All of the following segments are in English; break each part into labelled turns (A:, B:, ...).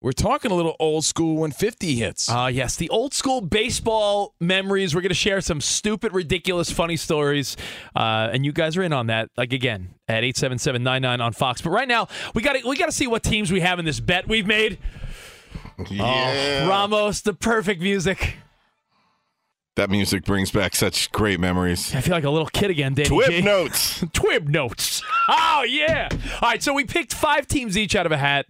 A: We're talking a little old school when 50 hits.
B: Ah, uh, yes, the old school baseball memories. We're going to share some stupid, ridiculous, funny stories. Uh, and you guys are in on that. Like, again, at 877-99 on Fox. But right now, we got we got to see what teams we have in this bet we've made.
A: Yeah.
B: Oh, Ramos, the perfect music.
A: That music brings back such great memories.
B: I feel like a little kid again, Danny.
A: Twib
B: G.
A: notes.
B: Twib notes. Oh, yeah. All right, so we picked five teams each out of a hat.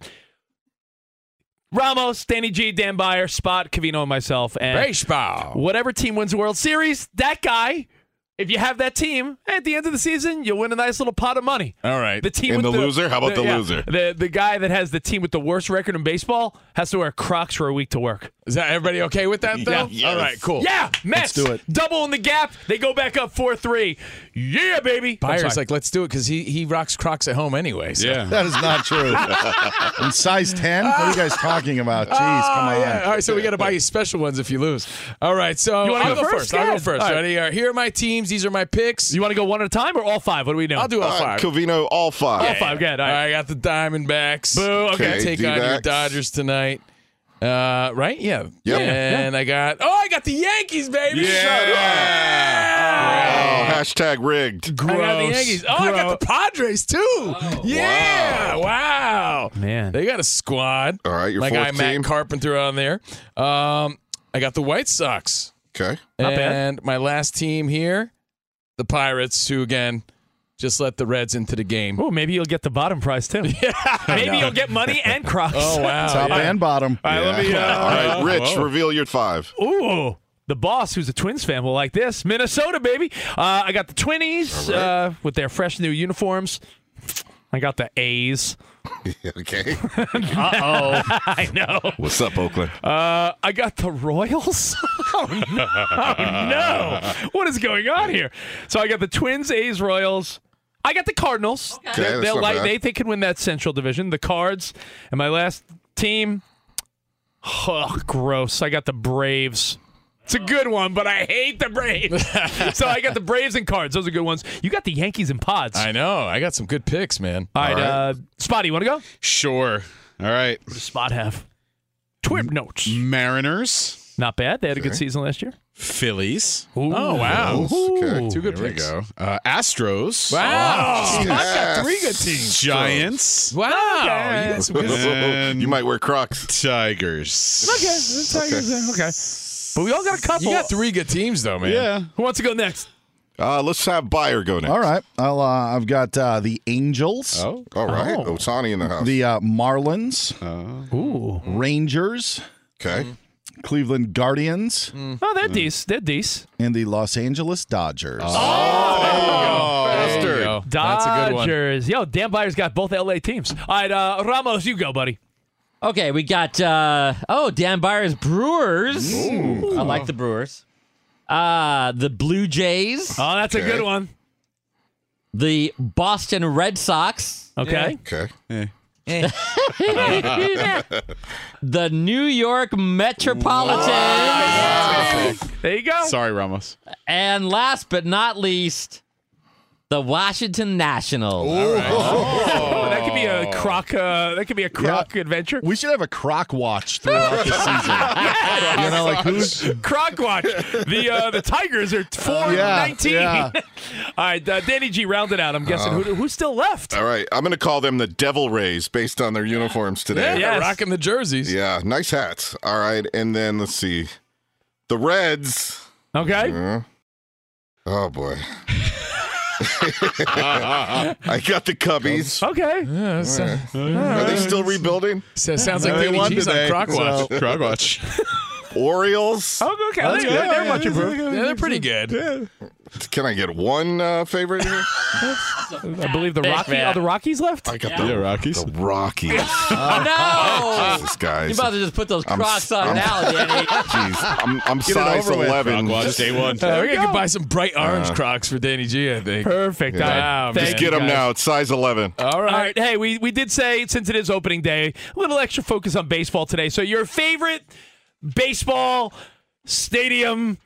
B: Ramos, Danny G, Dan Byer, Spot, Cavino, and myself. And
A: Baseball.
B: Whatever team wins the World Series, that guy. If you have that team at the end of the season, you'll win a nice little pot of money.
A: All right.
B: The team
A: and
B: with
A: the, loser. How about the,
B: yeah,
A: loser?
B: The the guy that has the team with the worst record in baseball has to wear Crocs for a week to work.
A: Is that everybody okay with that though?
B: Yeah.
A: Yes. All right. Cool.
B: Yeah. Mets.
A: Let's do it.
B: Double in the gap. They go back up four three. Yeah, baby.
C: Byers like, let's do it because he he rocks Crocs at home anyway. So.
A: Yeah.
D: That is not true. in size ten. What are you guys talking about? Jeez,
C: oh,
D: come on.
C: Yeah. All right. So we got to buy you special ones if you lose. All right. So
B: You wanna
C: I'll
B: go
C: go
B: first?
C: "Oh, first.
B: Go
C: I'll go
B: ahead.
C: first.
B: All right.
C: Ready? All right, Here are my teams. These are my picks.
B: You want to go one at a time or all five? What do we know?
C: I'll do all
A: Uh,
C: five.
A: Covino, all five.
B: all five. Good. All
C: All
B: right.
C: right, I got the Diamondbacks.
B: Boo. Okay.
C: Gonna take on your
A: D-backs.
C: Dodgers tonight. Uh, right? Yeah.
A: Yeah.
C: And I got oh, I got the Yankees, baby.
A: Yeah. Oh, hashtag rigged.
C: I got the Yankees. Oh, I got the Padres too.
A: Oh,
C: yeah. Wow.
B: Man.
C: They got a squad.
A: All right, your
C: My guy
A: fourth team.
C: Matt Carpenter on there. Um, I got the White Sox.
A: Okay.
B: Not bad.
C: and my last team here, the Pirates, who again just let the Reds into the game.
B: Oh, maybe you'll get the bottom prize too. maybe you'll get money and Crocs.
C: Oh wow.
D: Top
C: Yeah.
D: and bottom.
B: All right, let me.
A: All right,
B: Uh,
A: Rich,
C: whoa.
A: reveal your five.
B: Ooh, the boss, who's a Twins fan, will like this. Minnesota, baby. Uh, I got the Twinnies
A: All right.
B: uh, with their fresh new uniforms. I got the A's.
A: okay.
B: I know.
A: What's up, Oakland?
B: Uh, I got the Royals. oh, no. Oh, no. What is going on here? So I got the Twins, A's, Royals. I got the Cardinals.
A: Okay,
B: They're-
A: that's
B: they're
A: not
B: like-
A: bad.
B: they they can win that Central Division. The Cards and my last team. Oh, gross. I got the Braves. It's a good one, but I hate the Braves. so I got the Braves and Cards. Those are good ones. You got the Yankees and Pods.
C: I know. I got some good picks, man.
B: All right,
A: All right.
B: Uh, Spotty, you want to go?
E: Sure. All right.
B: Spot have. Twib notes.
E: Mariners,
B: Not bad. They had a good season last year.
E: Phillies.
B: Oh,
E: wow.
B: Okay.
E: Two good Here
B: picks.
E: we go. Uh, Astros.
C: Wow.
E: Jeez.
C: I've got three good teams.
E: Giants.
C: Wow. Okay.
E: Yes.
A: You might wear Crocs.
E: Tigers.
B: Okay. That's how you say- okay. But we all got a couple.
C: You got three good teams, though, man.
E: Yeah.
B: Who wants to go next?
A: Uh, let's have Buyer go next.
F: All right. I'll, uh, I've got uh, the Angels.
E: Oh.
A: All right. Otani in the house. Uh.
F: The uh, Marlins.
B: Ooh.
F: Rangers.
A: Okay.
F: Mm-hmm. Cleveland Guardians.
B: Oh, they're decent. They're decent.
F: And the Los Angeles Dodgers.
A: Oh.
C: Oh, There you go. That's a good one.
B: Dodgers. Yo, Dan Byers got both LA teams. All right, uh, Ramos, you go, buddy.
G: Okay, we got uh oh Dan Byers Brewers. I like the Brewers. Uh the Blue Jays.
B: Oh, that's a good one.
G: The Boston Red Sox.
B: Okay.
A: Okay.
G: Eh.
E: Eh.
G: the New York Metropolitan.
B: There you go.
E: Sorry, Ramos.
G: And last but not least, the Washington Nationals.
B: Oh, that could be a croc. Uh, that could be a croc adventure.
F: We should have a croc watch throughout the season. You know, like who's
B: Croc watch. The uh, the Tigers are four and
F: yeah,
B: nineteen.
F: yeah. Uh.
B: All right, uh, Danny G rounded out. I'm guessing who, who's still left.
A: All right. I'm going to call them the Devil Rays based on their uniforms
C: Yeah,
A: today.
B: Yes.
C: rocking the jerseys.
A: Yeah, nice hats. All right, and then let's see, the Reds.
B: Okay.
A: Yeah. Oh boy. I got the Cubbies.
B: Okay.
C: Yeah, so-
A: Are they still rebuilding?
C: so it sounds like
F: They
C: Danny
F: won
C: G's on
F: today,
C: Croc Watch.
F: so-
E: Drug watch.
A: Orioles.
B: Oh, okay.
C: That's
B: They-
C: good.
B: they're- they're
C: Yeah,
B: much improved.
C: Yeah, they're pretty good.
A: Can I get one uh, favorite here?
B: I believe the Rocky, are the Rockies left.
A: I got
E: Yeah,
A: the,
E: Rockies.
A: the Rockies.
G: no!
A: Jesus,
G: You
A: guys.
G: about to just put those
A: I'm-
G: Crocs on
A: I'm-
G: now, Danny.
A: Jeez, I'm, I'm
F: Get it
A: size
F: over with.
A: 11.
E: Drug watch
A: Just,
E: day one.
C: Uh, we could buy some bright
F: Uh.
C: orange Crocs for Danny G, I think. Uh,
B: Perfect. Wow,
A: Uh, just
B: man.
A: get them
B: Guys.
A: now. It's size 11.
C: All right.
B: All right. Hey, we, we did say since it is opening day, a little extra focus on baseball today. So your favorite baseball stadium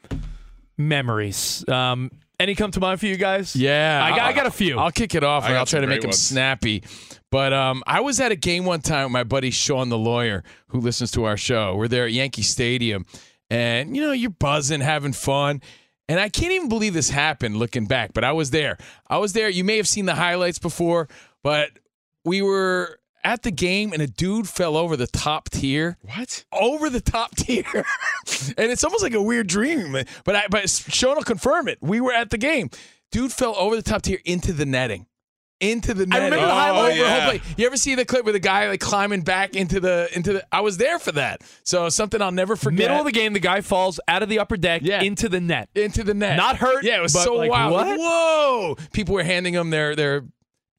B: memories. Um, any come to mind for you guys?
C: Yeah,
B: I got, I got a few.
C: I'll kick it off,
E: I
C: and
E: got
C: I'll try
E: some
C: to make
E: great
C: them
E: ones.
C: snappy. But um, I was at a game one time with my buddy Sean, the lawyer, who listens to our show. We're there at Yankee Stadium, and you know you're buzzing, having fun. And I can't even believe this happened looking back, but I was there. I was there. You may have seen the highlights before, but we were at the game, and a dude fell over the top tier
E: What?
C: over the top tier, and it's almost like a weird dream. But I, but Sean will confirm it. We were at the game. Dude fell over the top tier into the netting. Into the netting.
B: remember the
C: Oh,
B: highlight.
C: over the whole
E: yeah.
C: play. You ever see the clip with the guy like climbing back into the into the? I was there for that. So something I'll never forget.
B: Middle of the game, the guy falls out of the upper deck
C: Yeah.
B: into the net.
C: into the net.
B: Not hurt,
C: Yeah, it was
B: but,
C: so
B: like,
C: wild.
B: what?
C: Whoa! People were handing him their their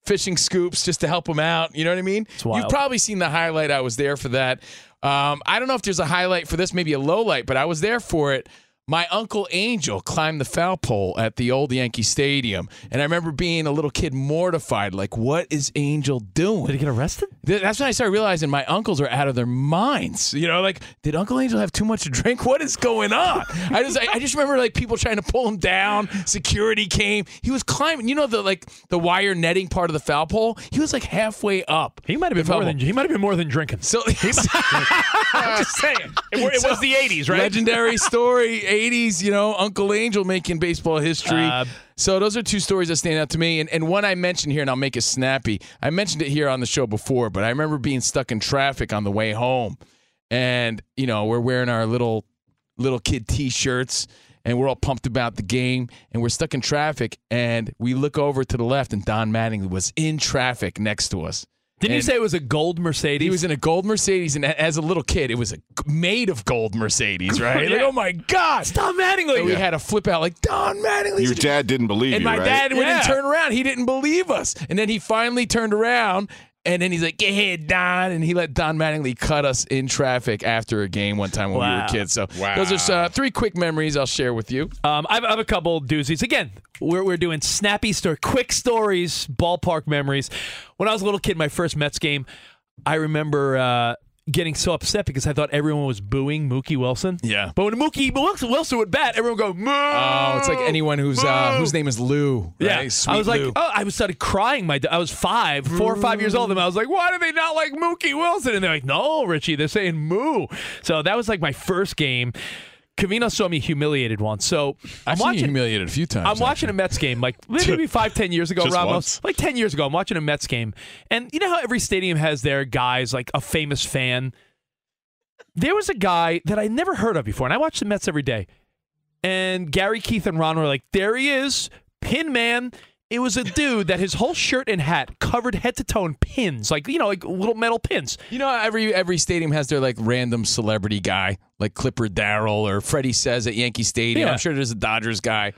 C: fishing scoops just to help him out. You know what I mean?
B: wild.
C: You've probably seen the highlight. I was there for that. Um, I don't know if there's a highlight for this, maybe a low light, but I was there for it. My uncle Angel climbed the foul pole at the old Yankee Stadium, and I remember being a little kid mortified, like, "What is Angel doing?"
B: Did he get arrested?
C: Th- That's when I started realizing my uncles are out of their minds. You know, like, did Uncle Angel have too much to drink? What is going on? I just, I, I just remember like people trying to pull him down. Security came. He was climbing. You know the like the wire netting part of the foul pole. He was like halfway up.
B: He might have
C: the
B: been
C: foul
B: more
C: pole.
B: than he might have been more than drinking.
C: So
B: I'm just saying. It, wa- it
C: So-
B: was the '80s, right?
C: legendary story, 80s. You know, Uncle Angel making baseball history.
B: Uh,
C: so those are two stories that stand out to me, and, and one I mentioned here, and I'll make it snappy. I mentioned it here on the show before, but I remember being stuck in traffic on the way home, and you know we're wearing our little little kid T-shirts. And we're all pumped about the game, and we're stuck in traffic. And we look over to the left, and Don Mattingly was in traffic next to us.
B: Didn't you
C: and-
B: say it was a gold Mercedes?
C: He was in a gold Mercedes, and a- as a little kid, it was a g- made of gold Mercedes, right? Like,
B: Yeah.
C: oh my God!
B: Tom Mattingly.
C: And we had a flip out like Don Mattingly's.
A: Your
C: a-"
A: dad didn't believe
C: and
A: you,
C: my
A: right?
C: dad
B: Yeah.
C: wouldn't turn around. He didn't believe us. And then he finally turned around, and then he's like, "Get ahead, Don!" And he let Don Mattingly cut us in traffic after a game one time when we
B: Wow.
C: were kids. So
E: Wow.
C: those are uh, three quick memories I'll share with you.
B: Um, I have, I have a couple doozies. Again, we're, we're doing snappy story, quick stories, ballpark memories. When I was a little kid, my first Mets game, I remember uh, getting so upset because I thought everyone was booing Mookie Wilson.
C: Yeah.
B: But when Mookie Wilson, Wilson would bat, everyone would go, Moo!
C: Oh, it's like anyone who's uh, whose name is Lou.
B: Yeah,
C: right? Sweet
B: I was like,
C: Lou.
B: oh, I was started crying. My, I was five, four or five years old, and I was like, why do they not like Mookie Wilson? And they're like, no, Richie, they're saying moo. So that was like my first game. Cavino saw me humiliated once. So I'm
C: I've seen you
B: watching
C: humiliated a few times,
B: I'm watching a Mets game, like maybe five, ten years ago,
C: Just
B: Ramos.
C: once?
B: Like ten years ago, I'm watching a Mets game, and you know how every stadium has their guys, like a famous fan. There was a guy that I never heard of before, and I watch the Mets every day. And Gary, Keith, and Ron were like, "There he is, Pin Man." It was a dude that his whole shirt and hat covered head to toe in pins, like you know, like little metal pins.
C: You know, every every stadium has their like random celebrity guy, like Clipper Darrell or Freddie Says at Yankee Stadium.
B: Yeah.
C: I'm sure there's a Dodgers guy.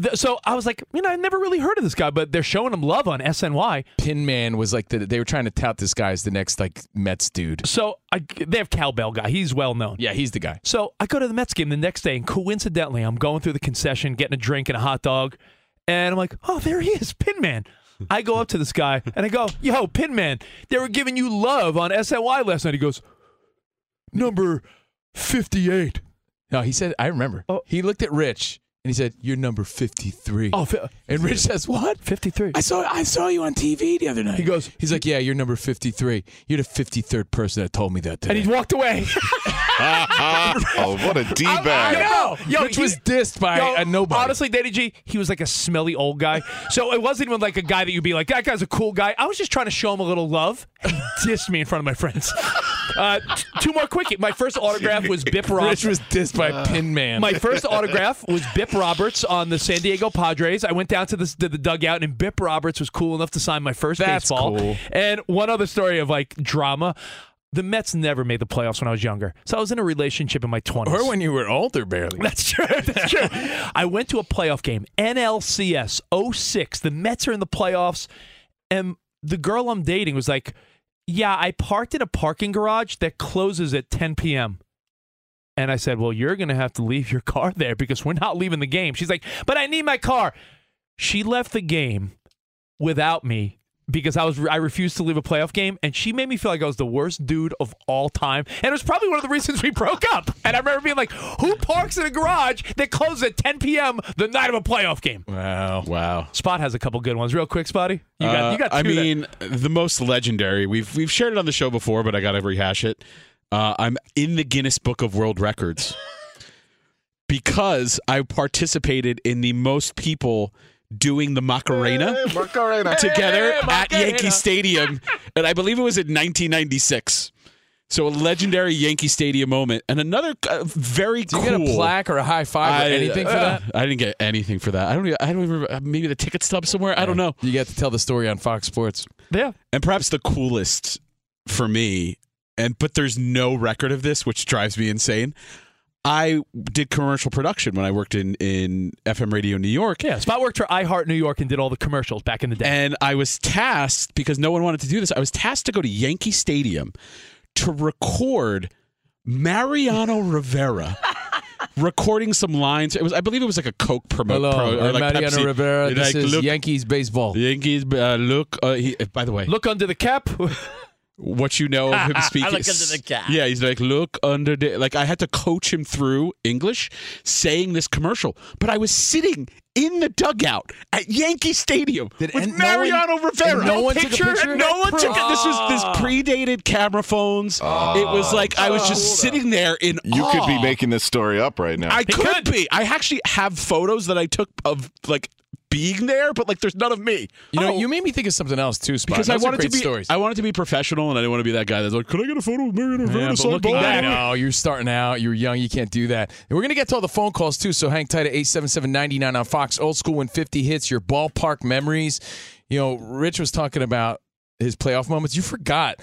B: Th- So I was like, you know, I never really heard of this guy, but they're showing him love on SNY.
C: Pin Man was like the, they were trying to tout this guy as the next like Mets dude.
B: So I, they have Cowbell guy. He's well known.
C: Yeah, he's the guy.
B: So I go to the Mets game the next day, and coincidentally, I'm going through the concession, getting a drink and a hot dog, and I'm like, oh, there he is, Pin Man. I go up to this guy and I go, yo, Pin Man, they were giving you love on SNY last night. He goes, number 58.
C: No, he said I remember. He looked at Rich and he said, "You're number 53."
B: Oh, fi-
C: and Rich says, "What?
B: 53."
C: I saw I saw you on TV the other night." He goes, "He's like, yeah, you're number 53. You're the 53rd person that told me that." Today.
B: And he walked away.
C: Ah.
E: Ah,
A: oh, what a d bag!
C: Rich was dissed by a nobody.
B: Honestly, Danny G, he was like a smelly old guy. So it wasn't even like a guy that you'd be like, that guy's a cool guy. I was just trying to show him a little love. He dissed me in front of my friends. Uh, t- two more quickie. My first autograph was Bip Ross.
C: Rich was dissed by
E: Ah.
C: Pin Man.
B: My first autograph was Bip Roberts on the San Diego Padres. I went down to the, to the dugout, and Bip Roberts was cool enough to sign my first
C: That's
B: baseball.
C: cool.
B: And one other story of like drama. The Mets never made the playoffs when I was younger. So I was in a relationship in my 20s.
C: or when you were older, barely.
B: That's true. That's true. I went to a playoff game, NLCS 06. The Mets are in the playoffs, and the girl I'm dating was like, Yeah, I parked in a parking garage that closes at 10 p.m. And I said, Well, you're going to have to leave your car there because we're not leaving the game. She's like, But I need my car. She left the game without me because I was I refused to leave a playoff game, and she made me feel like I was the worst dude of all time, and it was probably one of the reasons we broke up. And I remember being like, "Who parks in a garage that closes at 10 p.m. the night of a playoff game?"
C: Wow. Wow.
B: Spot has a couple good ones, real quick. Spotty, you got
E: Uh,
B: you got. Two
E: I
B: that-
E: mean, the most legendary. We've we've shared it on the show before, but I got to rehash it. Uh, I'm in the Guinness Book of World Records because I participated in the most people doing the Macarena
A: Macarena.
E: together at Yankee Stadium, and I believe it was in 1996. So a legendary Yankee Stadium moment, and another uh, very
C: Do you get a plaque or a high five or anything for that?
E: I uh, didn't get anything for that. I don't. Even, I don't even remember. uh, Maybe the ticket stub somewhere. I don't know.
C: You got to tell the story on Fox Sports.
B: Yeah.
E: And perhaps the coolest for me, and but there's no record of this, which drives me insane. I did commercial production when I worked in in FM radio New York.
B: yeah, Spot worked for iHeart New York and did all the commercials back in the day.
E: And I was tasked because no one wanted to do this. I was tasked to go to Yankee Stadium to record Mariano Rivera. Recording some lines, it was I believe it was like a Coke promo,
C: Hello,
E: pro- or
C: I'm
E: like
C: Mariano
E: Pepsi.
C: Rivera.
E: Like,
C: This is
E: look,
C: Yankees baseball.
E: Yankees. Uh, look, uh, he, by the way,
B: Look under the cap.
E: what you know of him
G: I
E: speaking.
G: look under the cap.
E: Yeah, he's like, look under the. Like, I had to coach him through English saying this commercial, but I was sitting in the dugout at Yankee Stadium
C: Did-
E: with
C: and no one-
E: Mariano Rivera.
C: and no one took a picture?
E: And no one took it. This was this
B: Ah.
E: predated camera phones. it
C: Ah.
E: was like I was just sitting there in
A: Uh, You could be
E: awe.
A: making this story up right now.
E: I could, be. I actually have photos that I took of like being there, but like there's none of me. Oh.
C: You know, you made me think of something else too, Spot.
E: Because I
C: Those are
E: wanted to
C: great
E: be,
C: stories.
E: I wanted to be professional, and I didn't want to be that guy that's like, "Could I get a photo of Mariano Rivera?"
C: Yeah, but
E: signed
C: looking
E: by-"
C: back, no, you're starting out. You're young. You can't do that. And we're going to get to all the phone calls, too. So hang tight at 877-99 on Fox. Old school when 50 hits, your ballpark memories. You know, Rich was talking about his playoff moments. You forgot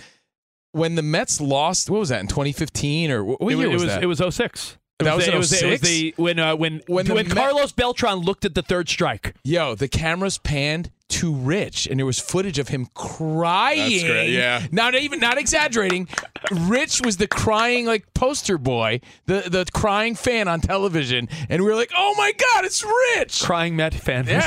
C: when the Mets lost, what was that, in 2015? Or wh- what
B: it,
C: year
B: was,
C: was,
B: it was
C: that?
B: it was 06. It
C: That
B: was, the-
C: was in
B: it was, it was
C: 06?
B: the when uh, when
C: When
B: when,
C: the Met-
B: Carlos Beltran looked at the third strike.
C: Yo, the cameras panned too rich, and there was footage of him crying.
H: That's great, yeah.
C: Not even not exaggerating. Rich was the crying like poster boy, the the crying fan on television, and we were like, oh my god, it's Rich.
B: Crying Met fan.
C: Yeah.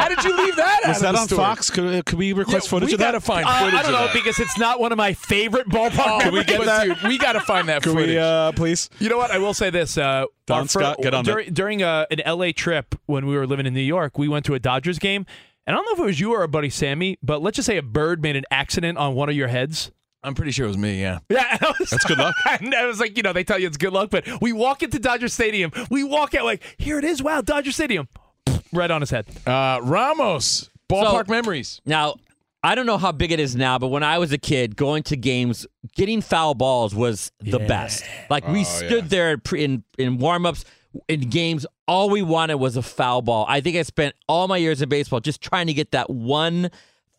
C: How did you leave that?
E: Was
C: out of
E: that
C: the
E: on
C: story?
E: Fox? Could, uh, could we request
C: Yeah,
E: footage
C: we
E: of that?
C: gotta find Uh, footage I don't of know, that. Oh,
B: because it's not one of my favorite ballpark.
C: Can we get that? we got to find that
E: Can
C: footage.
E: we, uh, please?
B: You know what? I will say this. Uh,
E: Don
B: our fir-
E: Scott, get on
B: during, during uh, an LA trip when we were living in New York, we went to a Dodgers game, and I don't know if it was you or our buddy Sammy, but let's just say a bird made an accident on one of your heads.
C: I'm pretty sure it was me. Yeah.
B: Yeah,
C: That's good luck.
B: and I was like, you know, they tell you it's good luck, but we walk into Dodger Stadium. We walk out like, here it is. Wow, Dodger Stadium. Right on his head.
C: Uh, Ramos, ballpark memories.
G: Now, I don't know how big it is now, but when I was a kid, going to games, getting foul balls was the
B: Yeah.
G: best. Like we
B: Oh,
G: stood there in pre- in, in warm ups, in games, all we wanted was a foul ball. I think I spent all my years in baseball just trying to get that one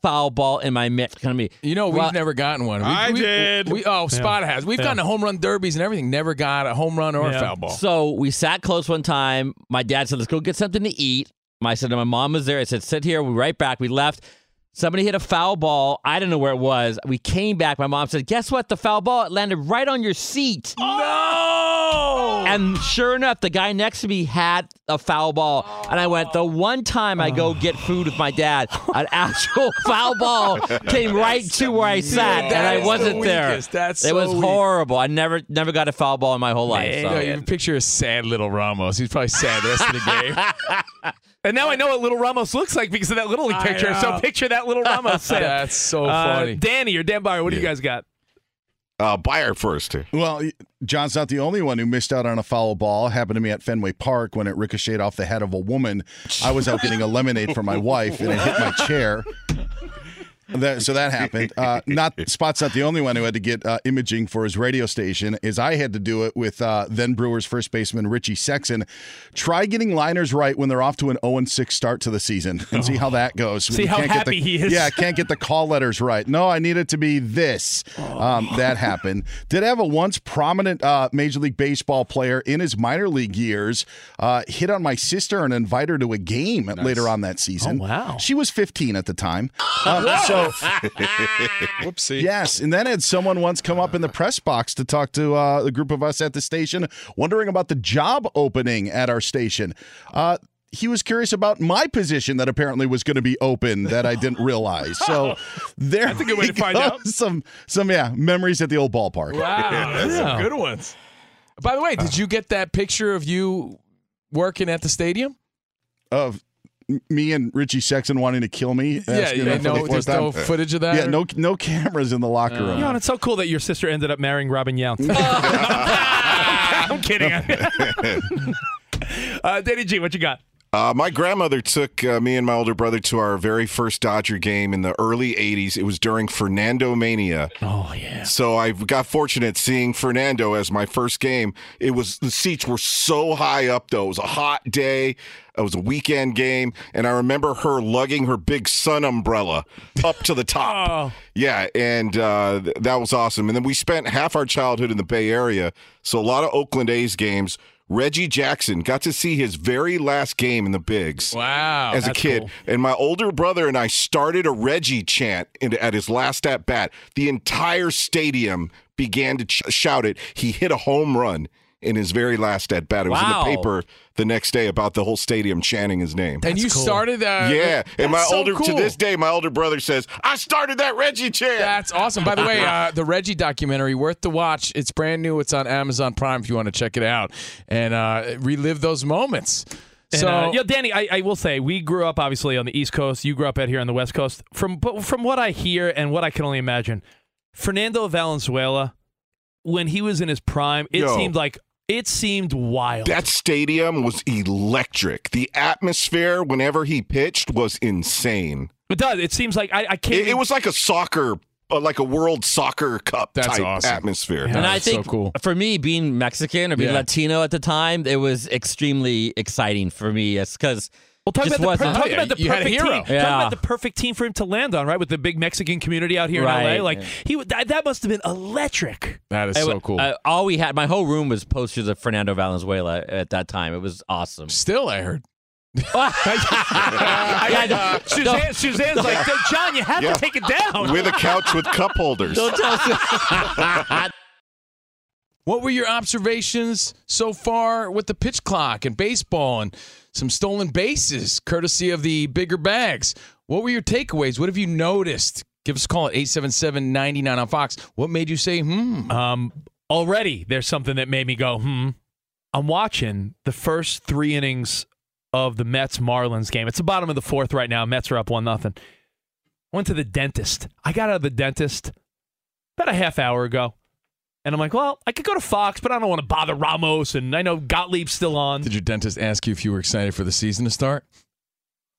G: foul ball in my mitt. Kind of me.
C: You know, we've never gotten one. We-
G: I
C: we-
G: did.
C: We, oh, Spot
G: Yeah.
C: has. We've
G: Yeah.
C: gotten to home run derbies and everything. Never got a home run or
G: Yeah.
C: a foul ball.
G: So we sat close one time. My dad said, "Let's go get something to eat." My I said, "My mom was there." I said, "Sit here." We right back. We left. Somebody hit a foul ball. I don't know where it was. We came back. My mom said, "Guess what? The foul ball it landed right on your seat."
C: No.
G: And sure enough, the guy next to me had a foul ball, and I went. The one time I go get food with my dad, an actual foul ball came right to where I sat, and
C: Dude, that
G: I
C: is the
G: wasn't there.
C: weakest. That's
G: it
C: so
G: was
C: weak.
G: horrible. I never, never got a foul ball in my whole life. so-
C: You, know, you picture a sad little Ramos. He's probably sad the rest of the game.
B: And now I know what little Ramos looks like because of that Little League picture. So picture that little Ramos. set.
C: That's so
B: Uh,
C: funny.
B: Danny or Dan Byer, what do you guys got?
H: Uh, Buyer first.
D: Well, John's not the only one who missed out on a foul ball. Happened to me at Fenway Park when it ricocheted off the head of a woman. I was out getting a lemonade for my wife, and it hit my chair. That, so that happened. Uh, not Spot's not the only one who had to get uh, imaging for his radio station. Is I had to do it with uh, then Brewers first baseman Richie Sexton. Try getting liners right when they're off to an 0-6 start to the season, and see how that goes.
B: See
D: You
B: how
D: can't get
B: happy
D: the,
B: he is.
D: Yeah, can't get the call letters right. No, I need it to be this. Um, that happened. Did have a once prominent uh, Major League Baseball player in his minor league years uh, hit on my sister and invite her to a game later on that season. wow. She was 15 at the time. Um, so.
E: Whoopsie.
D: Yes, and then had someone once come up in the press box to talk to uh, a group of us at the station, wondering about the job opening at our station. Uh, he was curious about my position that apparently was going to be open that I didn't realize. So there
B: That's a good
D: we
B: way to find
D: go.
B: out.
D: Some some yeah memories at the old ballpark.
C: Wow, that's some good ones. By the way,
G: Uh.
C: did you get that picture of you working at the stadium?
D: Of m- me and Richie Sexton wanting to kill me.
C: Yeah,
D: asking
C: yeah,
D: him for
C: no-
D: the
C: there's
D: fourth
C: no
D: time.
C: footage of that
D: Yeah,
C: or-
D: no no cameras in the locker room.
B: You know, and it's so cool that your sister ended up marrying Robin Yount. I'm kidding. uh, Danny G, what you got?
A: Uh, my grandmother took uh, me and my older brother to our very first Dodger game in the early 80s. It was during Fernando Mania. Oh, yeah. So I got fortunate seeing Fernando as my first game. It was the seats were so high up, though. It was a hot day. It was a weekend game. And I remember her lugging her big sun umbrella up to the top.
B: Oh.
A: Yeah. And uh, th- that was awesome. And then we spent half our childhood in the Bay Area. So a lot of Oakland A's games. Reggie Jackson got to see his very last game in the Bigs.
C: Wow.
A: As a
C: that's
A: kid.
C: cool.
A: And my older brother and I started a Reggie chant in, at his last at bat. The entire stadium began to ch- shout it. He hit a home run in his very last at bat. It was
C: Wow.
A: in the paper the next day about the whole stadium chanting his name.
C: and you started that.
A: yeah, and my older
C: cool.
A: to this day, my older brother says I started that Reggie chant.
C: That's awesome. By the way, uh, the Reggie documentary, worth the watch. It's brand new. It's on Amazon Prime if you want to check it out and uh, relive those moments.
B: And,
C: so,
B: uh, yeah, Danny, I, I will say we grew up obviously on the East Coast. You grew up out here on the West Coast. From but from what I hear and what I can only imagine, Fernando Valenzuela, when he was in his prime, it
A: Yo.
B: seemed like it seemed wild.
A: That stadium was electric. The atmosphere whenever he pitched was insane.
B: It does. It seems like I, I can't.
A: It, it was like a soccer, uh, like a World Soccer Cup
C: That's
A: type
C: awesome.
A: atmosphere.
G: and I think for me, being Mexican or being
A: Yeah.
G: Latino at the time, it was extremely exciting for me because
B: Well, talk
G: just
B: about, the, per-
G: wasn't.
B: talk about the perfect team. Talk
G: Yeah.
B: about the perfect team for him to land on, right? With the big Mexican community out here in
G: Right,
B: LA, like
G: yeah.
B: he would- that, that must have been electric.
C: That is
G: It
C: so
G: wa-
C: cool.
G: uh, all we had, my whole room was posters of Fernando Valenzuela at that time. It was awesome.
C: Still, I heard.
B: I,
G: Yeah,
B: Suzanne,
G: no.
B: Suzanne's like, John, you have
A: Yeah.
B: to take it down
A: With a couch with cup holders.
G: Don't tell
C: What were your observations so far with the pitch clock and baseball and some stolen bases, courtesy of the bigger bags? What were your takeaways? What have you noticed? Give us a call at 877 99 on Fox. What made you say, hmm?
B: Um, already there's something that made me go, hmm. I'm watching the first three innings of the Mets Marlins game. It's the bottom of the fourth right now. Mets are up one nothing. Went to the dentist. I got out of the dentist about a half hour ago. And I'm like, well, I could go to Fox, but I don't want to bother Ramos. And I know Gottlieb's still on.
C: Did your dentist ask you if you were excited for the season to start?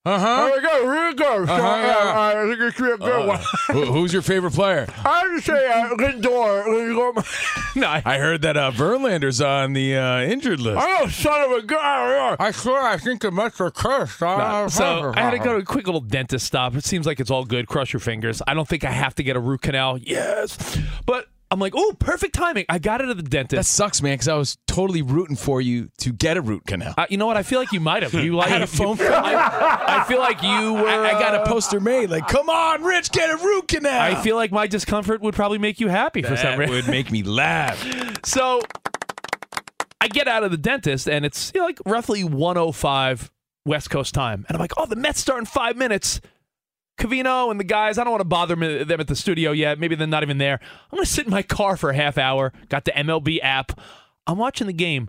C: Uh huh.
I: Here we go. Here we go. So,
C: Uh-huh, yeah. Oh,
I: uh, I think it's a good one.
C: Who, who's your favorite player?
I: I have to say, uh, Lindor. Lindor.
B: No,
C: I heard that uh, Verlander's on the uh, injured list.
I: Oh, son of a gun. I swear, I think the Mets are cursed.
C: Ah,
B: Uh, so I had to go to a quick little dentist stop. It seems like it's all good. Crush your fingers. I don't think I have to get a root canal. Yes, but I'm like, oh, perfect timing. I got it at the dentist.
C: That sucks, man, because I was totally rooting for you to get a root canal.
B: Uh, you know what? I feel like you might have. You like
C: I had a phone call.
B: I, I feel like you were.
C: I, I got a poster made. Like, come on, Rich, get a root canal.
B: I feel like my discomfort would probably make you happy for some
C: That
B: reason.
C: would make me laugh.
B: So I get out of the dentist and it's you know, like roughly 105 West Coast time. And I'm like, oh, the Mets start in five minutes. Cavino and the guys, I don't want to bother me- them at the studio yet. Maybe they're not even there. I'm going to sit in my car for a half hour. Got the MLB app. I'm watching the game.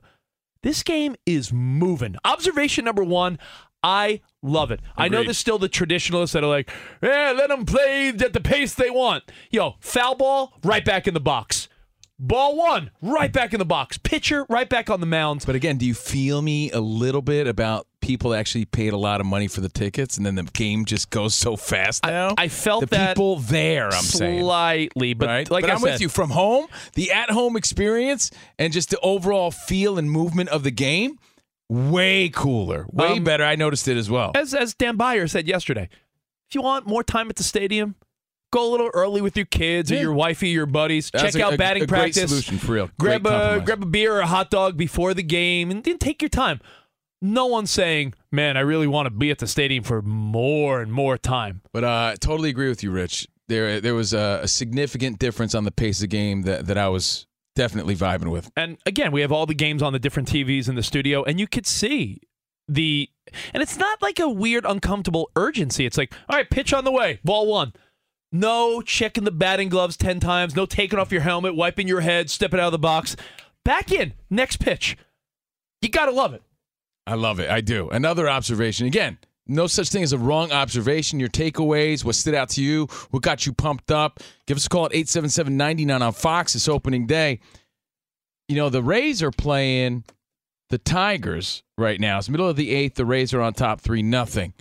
B: This game is moving. Observation number one I love it. I know
F: Agreed.
B: there's still the traditionalists that are like, eh, let them play at the pace they want. Yo, foul ball, right back in the box. Ball one, right back in the box. Pitcher, right back on the mound.
C: But again, do you feel me a little bit about people that actually paid a lot of money for the tickets and then the game just goes so fast now?
B: I felt
C: the
B: that
C: people there, I'm saying.
B: slightly, but
C: right?
B: like
C: but
B: I
C: am
B: said-
C: with you from home, the at home experience and just the overall feel and movement of the game, way cooler, way
B: Um,
C: better. I noticed it as well.
B: As as Dan Byer said yesterday, if you want more time at the stadium, go a little early with your kids or
C: Yeah.
B: your wifey, your buddies.
C: That's
B: Check
C: a-
B: out
C: a-
B: batting
C: a great
B: practice.
C: solution, for real.
B: Grab uh,
C: Great
B: a
C: compromise.
B: grab a beer or a hot dog before the game, and then take your time. No one's saying, "Man, I really want to be at the stadium for more and more time."
C: But uh, totally agree with you, Rich. There, there was a, a significant difference on the pace of the game that, that I was definitely vibing with.
B: And again, we have all the games on the different TVs in the studio, and you could see the. And it's not like a weird, uncomfortable urgency. It's like, all right, pitch on the way, ball one. No checking the batting gloves 10 times, no taking off your helmet, wiping your head, stepping out of the box. Back in, next pitch. You got to love it.
C: I love it. I do. Another observation. Again, no such thing as a wrong observation. Your takeaways, what stood out to you, what got you pumped up. Give us a call at 877 99 on Fox. It's opening day. You know, the Rays are playing the Tigers right now. It's middle of the eighth. The Rays are on top 3 nothing.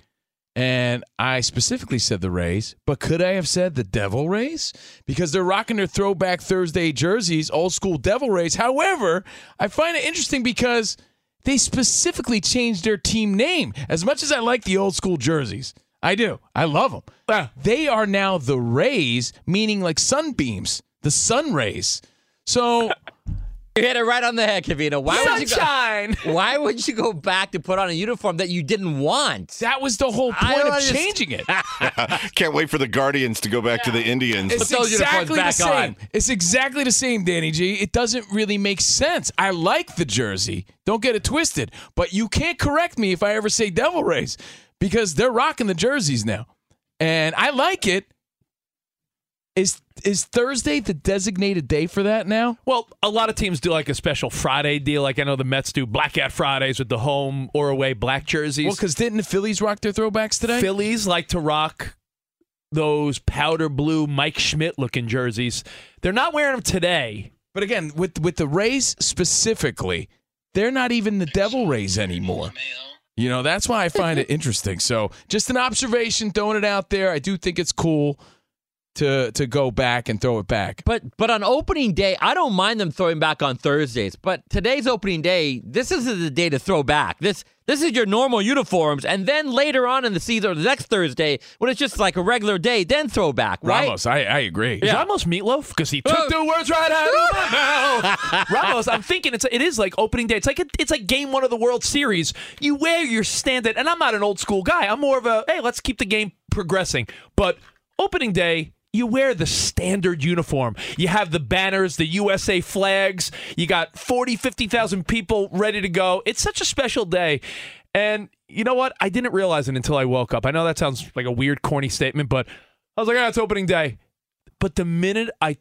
C: And I specifically said the Rays, but could I have said the Devil Rays? Because they're rocking their throwback Thursday jerseys, old school Devil Rays. However, I find it interesting because they specifically changed their team name. As much as I like the old school jerseys, I do. I love them. They are now the Rays, meaning like sunbeams, the sun rays. So
G: You hit it right on the head, Kavino. Why
B: would
G: you go, Why would you go back to put on a uniform that you didn't want?
C: That was the whole
G: point
C: of changing it.
A: Can't wait for the Guardians to go back to the Indians.
C: It's exactly the same. It's exactly the same, Danny G. It doesn't really make sense. I like the jersey. Don't get it twisted. But you can't correct me if I ever say Devil Rays because they're rocking the jerseys now, and I like it. Is is Thursday the designated day for that now?
B: Well, a lot of teams do like a special Friday deal. Like I know the Mets do Blackout Fridays with the home or away black jerseys.
C: Well, because didn't the Phillies rock their throwbacks today?
B: Phillies like to rock those powder blue Mike Schmidt looking jerseys. They're not wearing them today.
C: But again, with with the Rays specifically, they're not even the Devil Rays anymore. You know, that's why I find it interesting. So, just an observation, throwing it out there. I do think it's cool. to to go back and throw it back.
G: But but on opening day, I don't mind them throwing back on Thursdays. But today's opening day, this isn't the day to throw back. This this is your normal uniforms, and then later on in the season, or the next Thursday, when it's just like a regular day, then throw back. Why?
B: Ramos, I, I agree. Is Ramos meatloaf? Because he took
G: Oh.
B: the words right out of my mouth. Ramos, I'm thinking it's it is like opening day. It's like a, it's like game one of the World Series. You wear your standard, and I'm not an old school guy. I'm more of a hey, let's keep the game progressing. But opening day. You wear the standard uniform. You have the banners, the USA flags. You got 40, 50,000 people ready to go. It's such a special day. And you know what? I didn't realize it until I woke up. I know that sounds like a weird, corny statement, but I was like, oh, it's opening day. But the minute I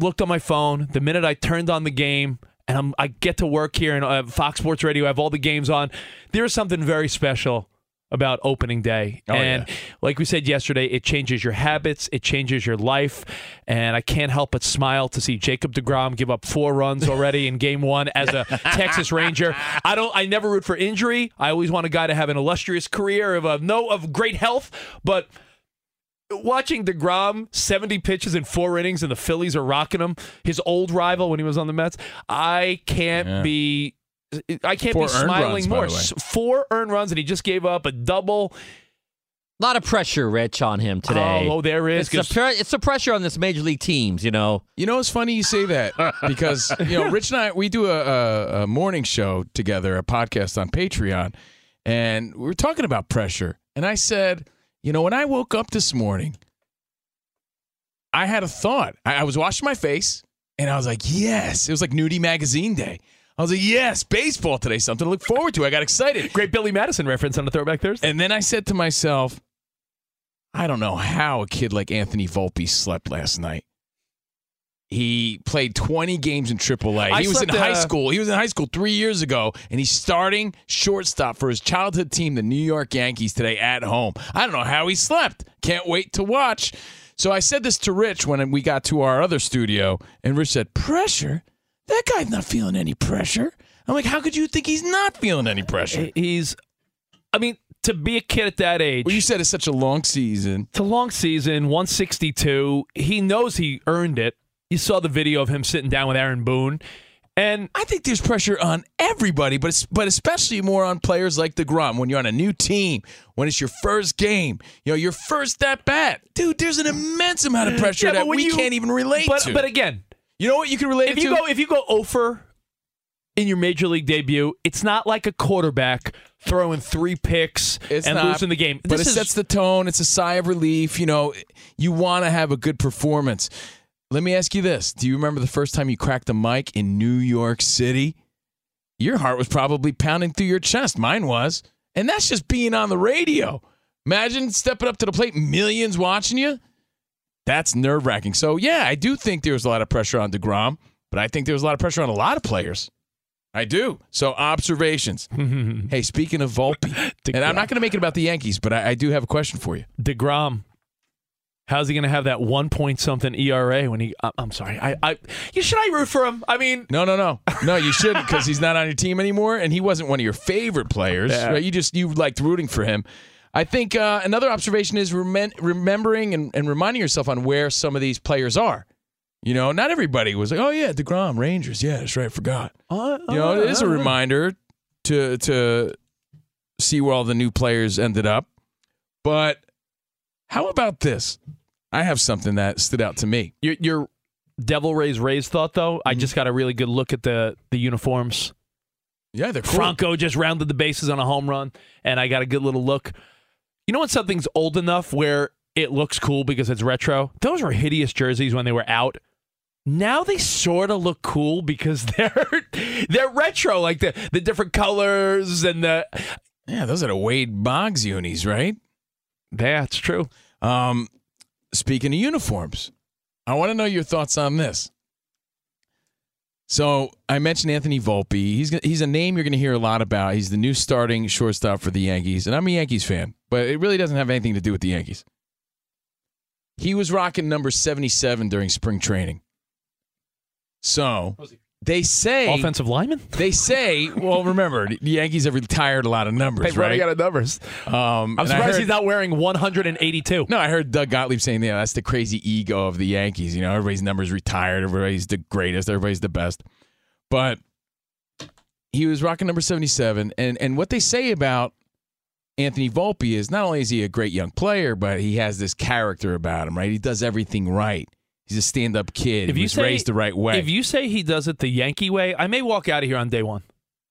B: looked on my phone, the minute I turned on the game, and I'm, I get to work here and uh, Fox Sports Radio, I have all the games on. There's something very special about opening day. and like we said yesterday, it changes your habits, it changes your life. And I can't help but smile to see Jacob DeGrom give up four runs already in game one as a Texas Ranger. I don't I never root for injury. I always want a guy to have an illustrious career of a, no of great health, but Watching DeGrom, 70 pitches in four innings, and the Phillies are rocking him, his old rival when he was on the Mets. I can't
C: Yeah.
B: be. I can't
C: Four
B: be
C: earned
B: smiling
C: runs, by
B: more.
C: the way.
B: S- Four earned runs, and he just gave up a double.
G: A lot of pressure, Rich, on him today.
B: Oh, oh, there is,
G: It's the,
B: 'cause-
G: pre- it's the pressure on this major league teams, you know.
C: You know, it's funny you say that because you know Rich and I we do a, a, a morning show together, a podcast on Patreon, and we were talking about pressure. And I said, you know, when I woke up this morning, I had a thought. I, I was washing my face, and I was like, yes, it was like Nudie Magazine Day. I was like, yes, baseball today, something to look forward to. I got excited.
B: Great Billy Madison reference on the Throwback Thursday.
C: And then I said to myself, I don't know how a kid like Anthony Volpe slept last night. He played 20 games in AAA.
B: I
C: he was in
B: slept,
C: high
B: uh,
C: school. He was in high school three years ago, and he's starting shortstop for his childhood team, the New York Yankees, today at home. I don't know how he slept. Can't wait to watch. So I said this to Rich when we got to our other studio, and Rich said, Pressure? That guy's not feeling any pressure. I'm like, How could you think he's not feeling any pressure?
B: He's, I mean, to be a kid at that age.
C: Well, you said it's such a long season.
B: It's a long season, 162. He knows he earned it. You saw the video of him sitting down with Aaron Boone. And
C: I think there's pressure on everybody, but it's, but especially more on players like DeGrom when you're on a new team, when it's your first game, you know, your first at bat. Dude, there's an immense amount of pressure
B: Yeah, but
C: that
B: when
C: we
B: you-
C: can't even relate
B: but,
C: to.
B: But again,
C: you know what you can relate
B: if
C: it
B: you
C: to?
B: go if you go over in your major league debut, it's not like a quarterback throwing three picks
C: it's
B: and
C: not,
B: losing the game.
C: But
B: This
C: it
B: is-
C: sets the tone. It's a sigh of relief. You know, you want to have a good performance. Let me ask you this: Do you remember the first time you cracked a mic in New York City? Your heart was probably pounding through your chest. Mine was, and that's just being on the radio. Imagine stepping up to the plate, millions watching you. That's nerve wracking. So yeah, I do think there was a lot of pressure on Degrom, but I think there was a lot of pressure on a lot of players. I do. So observations. hey, speaking of Volpe, and I'm not going to make it about the Yankees, but I, I do have a question for you.
B: Degrom. How's he going to have that one point something ERA when he? I- I'm sorry. I, I you should I root for him? I mean,
C: No, no, no, no. You shouldn't because he's not on your team anymore, and he wasn't one of your favorite players.
B: Yeah.
C: Right? You just you liked rooting for him. I think uh, another observation is remen- remembering and, and reminding yourself on where some of these players are. You know, not everybody was like, "Oh yeah, Degrom, Rangers, yeah, that's right, I forgot."
B: Uh,
C: you know, it is a reminder to to see where all the new players ended up. But how about this? I have something that stood out to me.
B: your, your Devil Rays Rays thought though.
C: Mm-hmm.
B: I just got a really good look at the the uniforms.
C: Yeah, they're cool.
B: Franco just rounded the bases on a home run, and I got a good little look. You know when something's old enough where it looks cool because it's retro? Those were hideous jerseys when they were out. Now they sort of look cool because they're they're retro, like the the different colors and the.
C: Yeah, those are the Wade Boggs unis, right?
B: That's true.
C: Um, speaking of uniforms, I want to know your thoughts on this. So I mentioned Anthony Volpe. He's gonna- he's a name you're going to hear a lot about. He's the new starting shortstop for the Yankees, and I'm a Yankees fan, but it really doesn't have anything to do with the Yankees. He was rocking number 77 during spring training. So They say offensive lineman. They say, well, remember the Yankees have retired a lot of numbers,
B: They've
C: right?
B: already got
C: of numbers. Um,
B: I'm surprised he's
C: not wearing 182. No, I heard Doug Gottlieb saying, "Yeah, that's the crazy ego of the Yankees. You know, everybody's numbers retired. Everybody's the greatest. Everybody's the best." But he was rocking number 77, and and what they say about Anthony Volpe is not only is he a great young player, but he has this character about him, right? He does everything right. He's a stand-up kid. he was raised the right way.
B: If you say he does it the Yankee way, I may walk out of here on day one.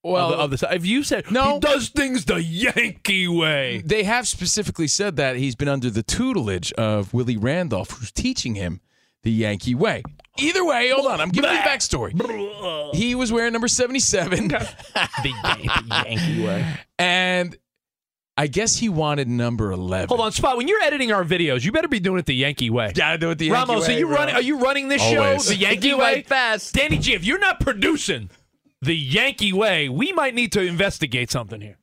C: Well-
B: of, the, of the, if you said no, he does things the Yankee way.
C: They have specifically said that he's been under the tutelage of Willie Randolph, who's teaching him the Yankee way. Either way, hold on. I'm giving you the backstory. He was wearing number 77. the Yankee way. And I guess he wanted number 11.
B: Hold on, Spot. When you're editing our videos, you better be doing it the Yankee way.
C: Gotta do it the
B: Ramos,
C: Yankee way,
B: are you
C: bro.
B: running? Are you running this
C: Always.
B: show the Yankee
C: Do
B: way?
C: my
B: Fast, Danny G. If you're not producing the Yankee way, we might need to investigate something here.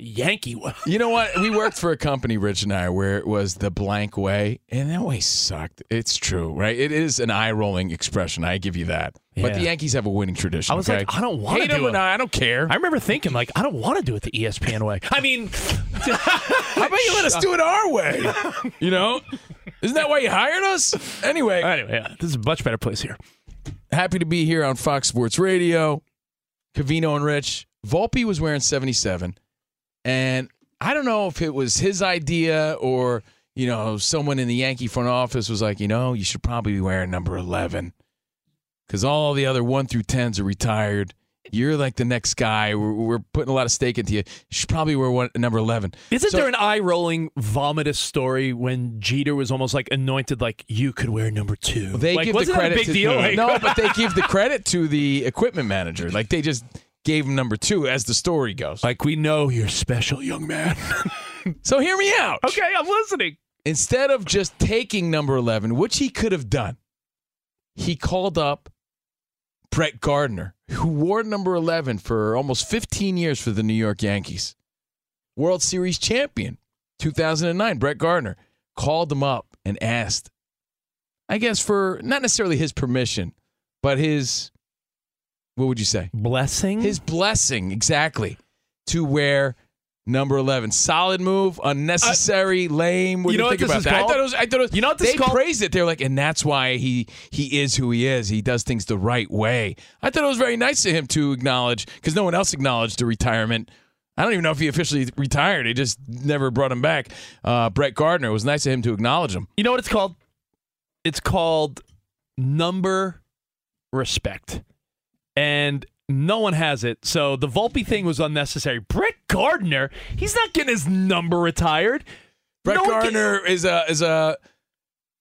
B: Yankee way.
C: You know what? We worked for a company, Rich and I, where it was the blank way, and that way sucked. It's true, right? It is an eye rolling expression. I give you that. But
B: Yeah.
C: the Yankees have a winning tradition.
B: I was
C: okay?
B: like, I don't want to
C: Hate
B: do
C: 'em
B: it.
C: or not, I don't care.
B: I remember thinking, like, I don't want to do it the E ESPN way. I mean, how
C: about you let us do it our way? You know, isn't that why you hired us? Anyway,
B: anyway, yeah, this is a much better place here.
C: Happy to be here on Fox Sports Radio. Cavino and Rich. Volpe was wearing 77, and I don't know if it was his idea or you know someone in the Yankee front office was like, you know, you should probably be wearing number 11 because all the other one through tens are retired. You're like the next guy. We're, we're putting a lot of stake into you. You should probably wear one, number 11.
B: Isn't
C: So-
B: there an eye rolling, vomitous story when Jeter was almost like anointed, like you could wear number two?
C: They
B: like,
C: give
B: wasn't
C: the credit
B: that a big
C: to,
B: deal? Like-
C: no, but they give the credit to the equipment manager. Like they just gave him number two, as the story goes.
B: Like we know you're special, young man.
C: so hear me out.
B: Okay, I'm listening.
C: Instead of just taking number eleven, which he could have done, he called up Brett Gardner, who wore number eleven for almost 15 years for the New York Yankees, World Series champion, 2009. Brett Gardner called him up and asked, I guess for not necessarily his permission, but his what would you say?
B: Blessing?
C: His blessing, exactly. To wear number 11. Solid move, unnecessary, lame. What
B: you know
C: do you
B: what this
C: think about
B: is
C: that? I
B: called?
C: thought it was, I thought it was,
B: You know what this
C: they
B: is called?
C: praised it. They're like, and that's why he he is who he is. He does things the right way. I thought it was very nice of him to acknowledge, because no one else acknowledged the retirement. I don't even know if he officially retired. They just never brought him back. Uh, Brett Gardner, it was nice of him to acknowledge him.
B: You know what it's called? It's called number respect. And no one has it. So the Volpe thing was unnecessary. Brett Gardner, he's not getting his number retired.
C: Brett
B: No one can-
C: Gardner is a is a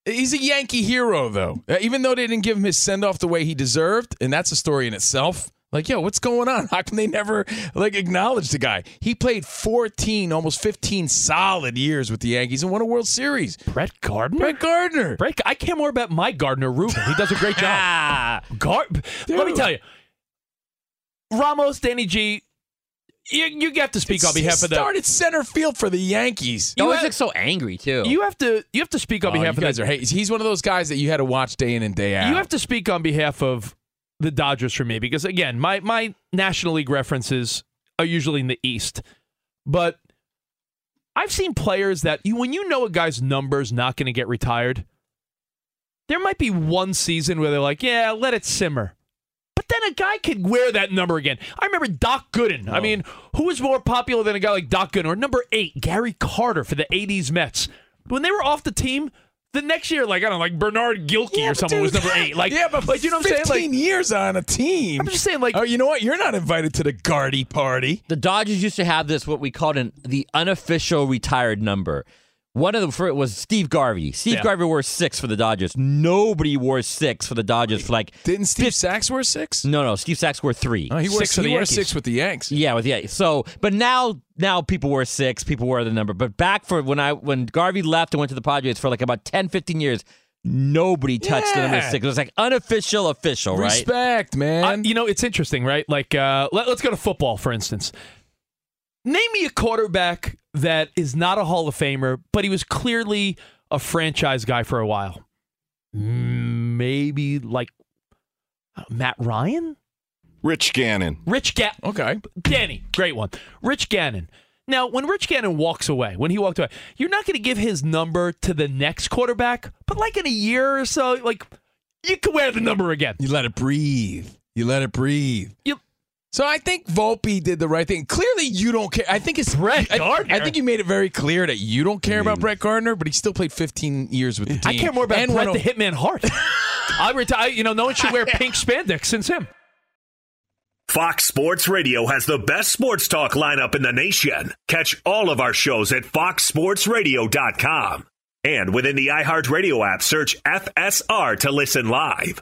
C: he's a Yankee hero though. Uh, Even though they didn't give him his send off the way he deserved, and that's a story in itself. Like, yo, what's going on? How can they never like acknowledge the guy? He played 14, almost 15 solid years with the Yankees and won a World Series.
B: Brett Gardner?
C: Brett Gardner.
B: Brett, I care more about my Gardner Rubin. He does a great job. Gar- Let me tell you, Ramos, Danny G, you, you have to speak on
C: He
B: behalf of the.
C: started center field for the Yankees.
B: You have-
G: so angry too.
B: You have to you have to speak on
C: Oh,
B: behalf
C: you
B: of
C: guys
B: the,
C: are hate- He's one of those guys that you had to watch day in and day out.
B: You have to speak on behalf of the Dodgers for me because again, my my National League references are usually in the East, but I've seen players that you when you know a guy's number's not going to get retired, there might be one season where they're like, yeah, let it simmer. But then a guy could wear that number again. I remember Doc Gooden.
C: Oh.
B: I mean, who was more popular than a guy like Doc Gooden or number eight, Gary Carter for the 80s Mets? When they were off the team, the next year, like, I don't know, like Bernard Gilkey or someone was number eight. Like,
C: yeah, but
B: like, you know what I'm saying?
C: 15
B: Like,
C: years on a team. I'm
B: just saying, like,
C: oh, you know what? You're not invited to the Guardy party.
G: The Dodgers used to have this what we called an the unofficial retired number. One of them for it was Steve Garvey. Steve
C: Yeah.
G: Garvey wore six for the Dodgers. Nobody wore six for the Dodgers. For like
C: didn't Steve Sachs wear six?
G: No, no. Steve Sachs wore three.
C: Oh, he wore-
G: for
C: he wore
G: Yankees.
C: six with the Yanks.
G: Yeah, with the Yankees. So, but now now people wear six. People wear the number. But back for when I when Garvey left and went to the Padres for like about 10, 15 years, nobody touched the number
B: Yeah.
G: six. It was like unofficial, official, right?
C: Respect, man.
B: you know, it's interesting, right? Like, uh, let, let's go to football, for instance. Name me a quarterback that is not a Hall of Famer, but he was clearly a franchise guy
C: Hmm.
B: for a while. Maybe like uh, Matt Ryan?
A: Rich Gannon.
B: Rich Gannon. Okay. Danny, great one. Rich Gannon. Now, when Rich Gannon walks away, when he walked away, you're not going to give his number to the next quarterback, but like in a year or so, like you can wear the number again.
C: You let it breathe. You let it breathe.
B: Yep.
C: So I think Volpe did the right thing. Clearly, you don't care. I think it's Brett
B: Gardner.
C: I, think you made it very clear that you don't care
A: Mm.
C: about Brett Gardner, but he still played 15 years with the team.
B: I care more about
C: And
B: Brett
C: went
B: the
C: o-
B: Hitman Hart. I retire. You know, no one should wear pink spandex since him.
J: Fox Sports Radio has the best sports talk lineup in the nation. Catch all of our shows at foxsportsradio.com. And within the iHeartRadio app, search FSR to listen live.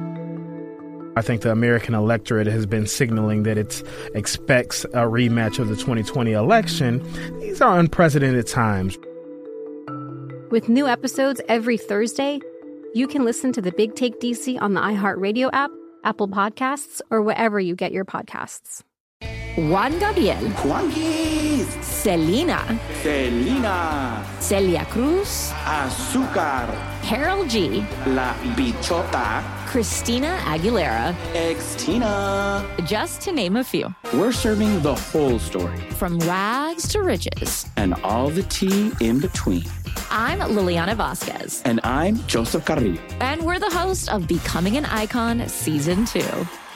K: I think the American electorate has been signaling that it expects a rematch of the 2020 election. These are unprecedented times.
L: With new episodes every Thursday, you can listen to the Big Take DC on the iHeartRadio app, Apple Podcasts, or wherever you get your podcasts.
M: Juan Gabriel. Selena.
N: Selena,
M: Celia Cruz.
N: azúcar,
M: Carol G.
N: la bichota,
M: Christina Aguilera.
N: Extina.
M: Just to name a few.
N: We're serving the whole story
M: From rags to riches.
N: and all the tea in between.
M: I'm Liliana Vasquez.
N: And I'm Joseph Carrillo.
M: And we're the host of Becoming an Icon Season 2.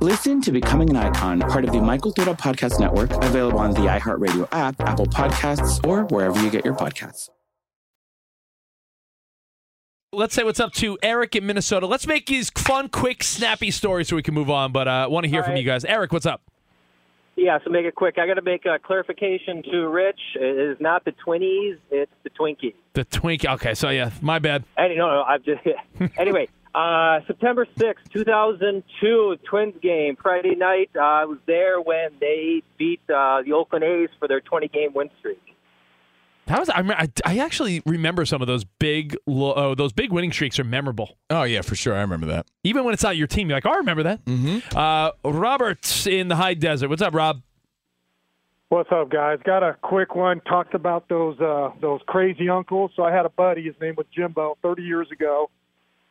N: Listen to Becoming an Icon, part of the Michael Duda Podcast Network, available on the iHeartRadio app, Apple Podcasts, or wherever you get your podcasts.
B: Let's say what's up to Eric in Minnesota. Let's make these fun, quick, snappy stories so we can move on. But uh, I want to hear
K: All
B: from
K: right.
B: you guys. Eric, what's up?
K: Yeah, so make it quick. I got to make a clarification to Rich. It is not the Twinnies, it's the Twinkies.
B: The twink. Okay, so yeah, my bad.
K: Any, no, no, I've just. anyway, uh, September sixth, two 2002, Twins game, Friday night. Uh, I was there when they beat uh, the Oakland A's for their 20 game win streak.
B: That was I, me- I, I actually remember some of those big lo- oh, those big winning streaks are memorable.
C: Oh yeah, for sure. I remember that.
B: Even when it's not your team, you're like, oh, I remember that. Mm-hmm. Uh, Roberts in the high desert. What's up, Rob?
O: What's up, guys? Got a quick one. Talked about those uh, those crazy uncles. So I had a buddy. His name was Jimbo. Thirty years ago,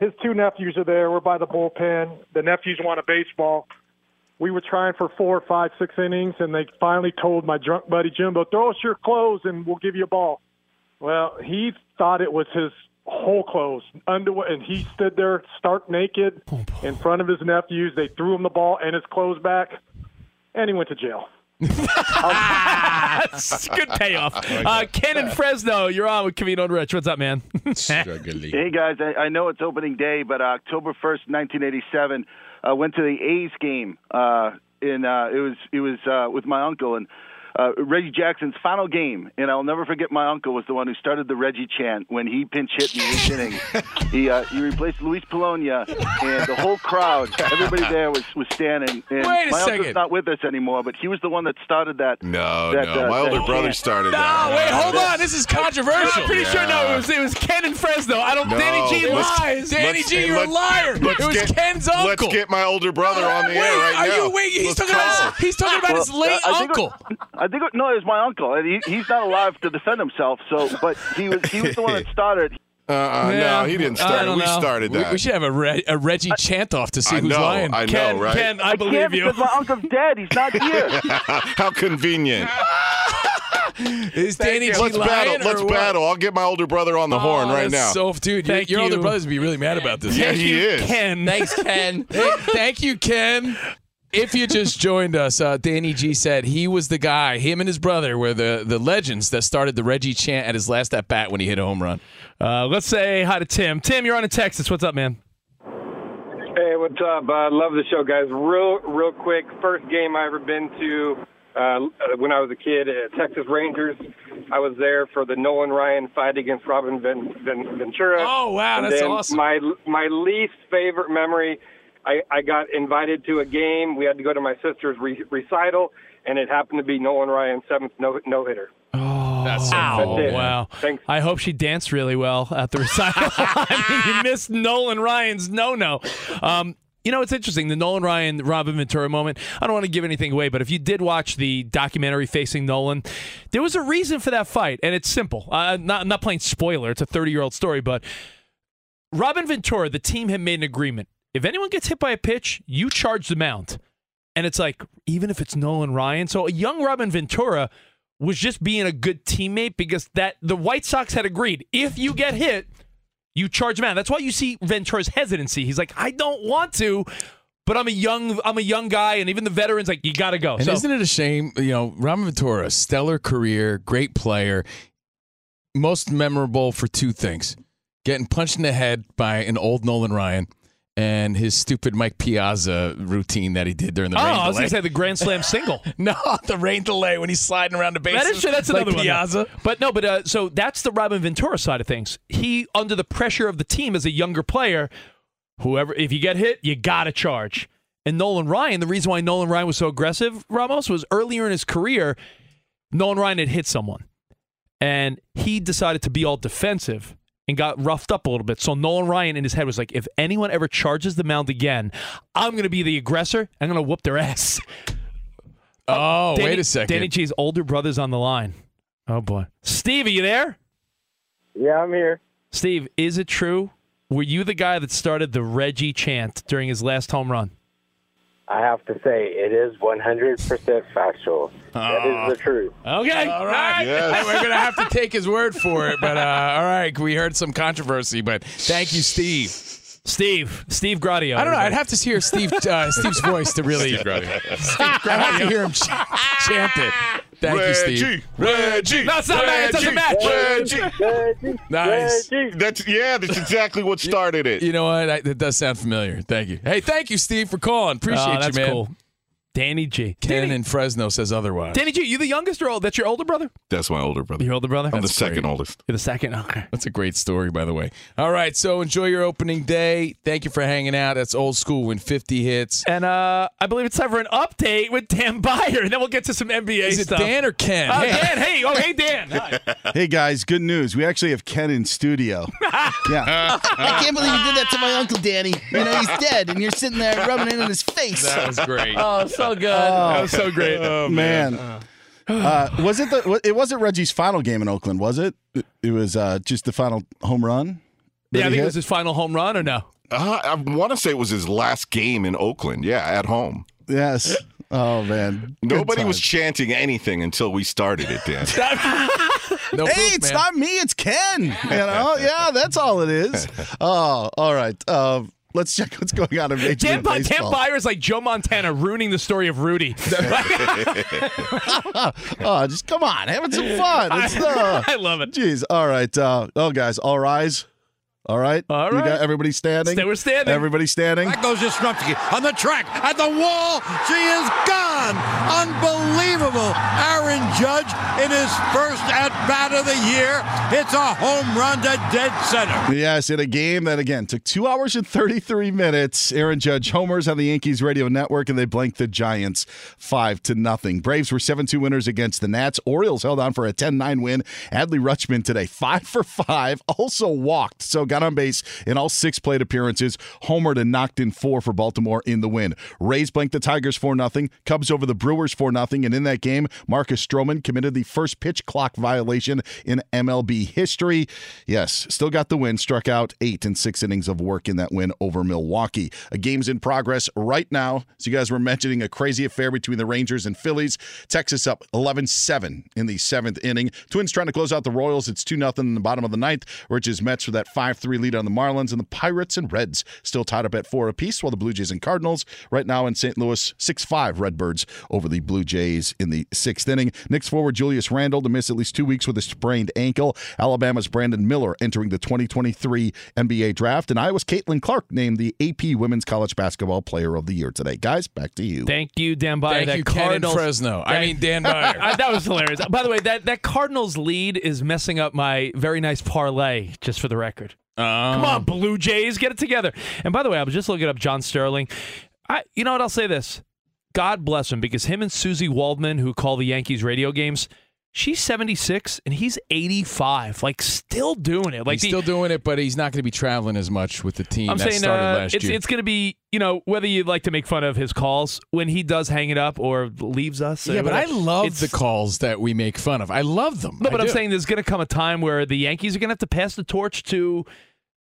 O: his two nephews are there. We're by the bullpen. The nephews want a baseball. We were trying for four, five, six innings, and they finally told my drunk buddy Jimbo, "Throw us your clothes, and we'll give you a ball." Well, he thought it was his whole clothes, underwear, and he stood there stark naked in front of his nephews. They threw him the ball and his clothes back, and he went to jail.
B: That's a good payoff. Uh, Ken in Fresno, you're on with Camino and Rich. What's up, man?
P: Hey guys, I, I know it's opening day, but uh, October first, nineteen eighty-seven, I went to the A's game. Uh, in uh, it was it was uh, with my uncle and uh, Reggie Jackson's final game, and I'll never forget. My uncle was the one who started the Reggie chant when he pinch hit in the eighth inning. He uh, he replaced Luis Polonia, and the whole crowd, everybody there was was standing. And
A: Wait a
P: my
A: second.
P: uncle's not with us anymore, but he was the one that started that.
A: No,
P: that,
A: no.
P: uh,
A: My older
P: that
A: brother
P: chant.
A: started
P: No,
A: that.
P: wait, hold
C: on. This is controversial.
B: I'm pretty sure no,
A: Yeah.
B: it was it was Ken in Fresno. I don't.
A: No,
B: Danny G
A: let's-
B: lies.
C: Danny G, you're a liar.
A: let's
C: It was
A: get-
C: Ken's
A: Let's
C: uncle.
A: get my older brother on the
C: Wait,
A: air right
C: are
A: now.
C: you- wait, he's
A: Let's
C: talking about
A: call.
C: his- he's talking about his late
P: I think it- I think it- no, it was my uncle, and he, he's not alive to defend himself. So, but he was he was the one that started.
A: Uh, no, he didn't start. it. We started
C: We-
A: that.
C: We, should have a, Re- a Reggie chant off to see
A: I
C: who's
A: know,
C: lying.
A: I know, Ken- right? Ken, I I can't believe you. because
P: my uncle's dead. He's not here.
A: How convenient.
C: Is Danny G
A: Let's
C: lying
A: battle.
C: or
A: Let's
C: what?
A: battle. I'll get my older brother on the horn
C: Oh,
A: right
C: that's
A: now.
C: So, dude, your-
A: Thank
C: your older
A: you.
C: brothers would be really mad about this.
A: Yeah, Thank he you, is. Ken.
C: Thanks, Ken. Hey, Thank you, Ken. If you just joined us, uh, Danny G said he was the guy. Him and his brother were the, the legends that started the Reggie chant at his last at bat when he hit a home run.
B: Uh, let's say hi to Tim. Tim, you're on in Texas. What's up, man?
Q: Hey, what's up? I love the show, guys. Real, real quick. First game I ever been to uh, when I was a kid, uh, Texas Rangers. I was there for the Nolan Ryan fight against Robin Ven- Ven- Ventura.
R: Oh, wow,
Q: And
R: that's
Q: then
R: awesome.
Q: My my least favorite memory. I, I got invited to a game. We had to go to my sister's re- recital, and it happened to be Nolan Ryan's seventh no no hitter.
B: Oh,
Q: That's so
B: wow.
Q: cool, man.
B: wow.
Q: Thanks.
B: I hope she danced really well at the recital. I mean, you missed Nolan Ryan's no no. Um, you know, it's interesting the Nolan Ryan Robin Ventura moment. I don't want to give anything away, but if you did watch the documentary Facing Nolan, there was a reason for that fight, and it's simple. Uh, not, I'm not playing spoiler, it's a 30 year old story, but Robin Ventura, the team had made an agreement. If anyone gets hit by a pitch, you charge the mound. And it's like, even if it's Nolan Ryan. So a young Robin Ventura was just being a good teammate because that the White Sox had agreed. If you get hit, you charge him out. That's why you see Ventura's hesitancy. He's like, I don't want to, but I'm a young I'm a young guy, and even the veterans like, you gotta go.
C: And
B: Oh, so
C: isn't it a shame? You know, Ramen Ventura, stellar career, great player, most memorable for two things: getting punched in the head by an old Nolan Ryan and his stupid Mike Piazza routine that he did during the
B: Oh,
C: rain
B: I was
C: delay.
B: gonna say the Grand Slam single.
C: no, the rain delay when he's sliding around the bases.
B: That is true. That's
C: like
B: another one. though.
C: Piazza.
B: But no, but uh, so that's the Robin Ventura side of things. He under the pressure of the team as a younger player, whoever if you get hit, you gotta charge. And Nolan Ryan, the reason why Nolan Ryan was so aggressive, Ramos, was earlier in his career, Nolan Ryan had hit someone. And he decided to be all defensive and got roughed up a little bit. So Nolan Ryan in his head was like, if anyone ever charges the mound again, I'm gonna be the aggressor. I'm gonna whoop their ass.
C: Oh,
B: Danny-
C: wait a second.
B: Danny G's older brother's on the line. Oh boy. Steve, are you there?
Q: Yeah, I'm here.
B: Steve, is it true? Were you the guy that started the Reggie chant during his last home run?
S: I have to say, it is 100% factual. that
C: Ah.
S: is the truth.
B: Okay.
C: All right.
S: Yes.
C: We're going to have to take his word for it. But uh, all right, we heard some controversy, but thank you, Steve.
B: Steve. Steve Gradio.
C: I don't know. I'd have to hear Steve uh, Steve's voice to really.
B: Steve Gradio.
C: I have to hear him ch- chant it. Thank you, Steve.
A: Reggie.
C: No, it's not bad. It doesn't match.
A: Reggie.
C: Nice.
A: That's yeah. That's exactly what started it.
C: You know what? I, that does sound familiar. Thank you. Hey, thank you, Steve, for calling. Appreciate
B: Oh,
C: you,
B: that's
C: man.
B: cool. Danny G.
C: Ken in Fresno says otherwise.
B: Danny G, you the youngest or old? That's your older brother?
A: That's my older brother.
B: Your older brother?
A: I'm the second oldest.
B: You're the second. Okay.
C: That's a great story, by the way. All right, so enjoy your opening day. Thank you for hanging out. That's old school when 50 hits.
B: And uh, I believe it's time for an update with Dan Byer, and then we'll get to some NBA
C: Is it
B: stuff.
C: Dan or Ken?
B: Oh,
C: Hey.
B: Dan. Hey. Oh, hey, Dan. Hi.
D: Hey guys, good news. We actually have Ken in studio. yeah.
E: I can't believe you did that to my uncle Danny. You know he's dead, and you're sitting there rubbing it in his face.
C: That was great.
E: Oh,
G: so good.
E: Oh.
B: That was so great.
D: man. Uh, was it the? It wasn't Reggie's final game in Oakland, was it? It- It was uh, just the final home run. that
B: yeah,
D: he
B: I think it
D: hit?
B: was his final home run or no?
A: Uh, I want to say it was his last game in Oakland. Yeah, at home.
D: Yes. Oh man. Good
A: Nobody was
D: times.
A: chanting anything until we started it, Dan.
D: hey, it's not me, it's Ken. You know, yeah, that's all it is. Oh, all right. Uh, let's check what's going on in Major
B: Dan,
D: League
B: By- Dan
D: Baseball.
B: Byer is like Joe Montana ruining the story of Rudy.
D: oh, just come on, having some fun. It's, uh,
B: I love it.
D: Jeez. All right. Uh, oh, guys, all rise. All right. All You
B: right.
D: got everybody standing.
B: Stay- we're standing.
D: Everybody standing.
R: Back goes Yastrzemski on the track, at the wall. She is gone. Unbelievable. Aaron Judge in his first at bat of the year. It's a home run to dead center.
D: Yes, in a game that again took two hours and 33 minutes. Aaron Judge homers on the Yankees radio network, and they blanked the Giants five to nothing. Braves were seven two winners against the Nats. Orioles held on for a 10-9 win. Adley Rutschman today five for five, also walked, so got on base in all six plate appearances. Homered and knocked in four for Baltimore in the win. Rays blanked the Tigers four nothing. Cubs over the Brewers four nothing, and in that game, Marcus Stroman committed the first pitch clock violation in MLB history. Yes, still got the win, struck out eight and six innings of work in that win over Milwaukee. A game's in progress right now. As you guys were mentioning, a crazy affair between the Rangers and Phillies. Texas up 11 7 in the seventh inning. Twins trying to close out the Royals. It's 2 0 in the bottom of the ninth. Rich's Mets with that 5 3 lead on the Marlins. And the Pirates and Reds still tied up at four apiece, while the Blue Jays and Cardinals right now in St. Louis 6 5 Redbirds over the Blue Jays in the sixth inning. Knicks forward Julius Randle to miss at least two weeks with a sprained ankle. Alabama's Brandon Miller entering the 2023 NBA draft. And Iowa's Caitlin Clark named the AP Women's College Basketball Player of the Year today. Guys, back to you.
B: Thank you, Dan Byer.
C: Thank
B: that
C: you, Ken in
B: Cardinals,
C: Fresno. I mean, Dan Byer.
B: Uh, that was hilarious. By the way, that, that Cardinals lead is messing up my very nice parlay, just for the record.
C: Oh.
B: Come on, Blue Jays, get it together. And by the way, I was just looking up John Sterling. I, you know what? I'll say this. God bless him because him and Susie Waldman, who call the Yankees radio games, she's 76 and he's 85. Like, still doing it. Like,
C: he's
B: the-
C: still doing it, but he's not going to be traveling as much with the team
B: I'm
C: that
B: saying
C: started
B: uh,
C: last
B: it's,
C: year.
B: it's going to be, you know, whether you like to make fun of his calls, when he does hang it up or leaves us. or
C: yeah, but I
B: whatever,
C: love
B: it's-
C: the calls that we make fun of. I love them.
B: No,
C: I
B: but I'm
C: do.
B: saying there's going to come a time where the Yankees are going to have to pass the torch to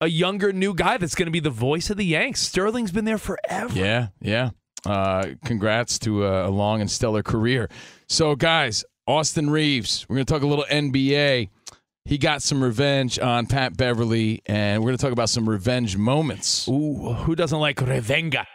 B: a younger, new guy that's going to be the voice of the Yanks. Sterling's been there forever.
C: Yeah, yeah. Uh, congrats to a, a long and stellar career. So, guys, Austin Reeves, we're going to talk a little NBA. He got some revenge on Pat Beverly, and we're going to talk about some revenge moments.
B: Ooh, who doesn't like revenga?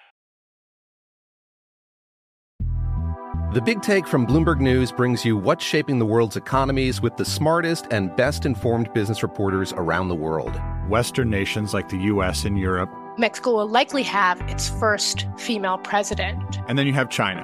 T: The Big Take from Bloomberg News
U: brings
T: you what's shaping the world's economies with the smartest and best informed business reporters around the world.
J: Western nations like the US and Europe.
F: Mexico will likely have its first female president.
J: And then you have China.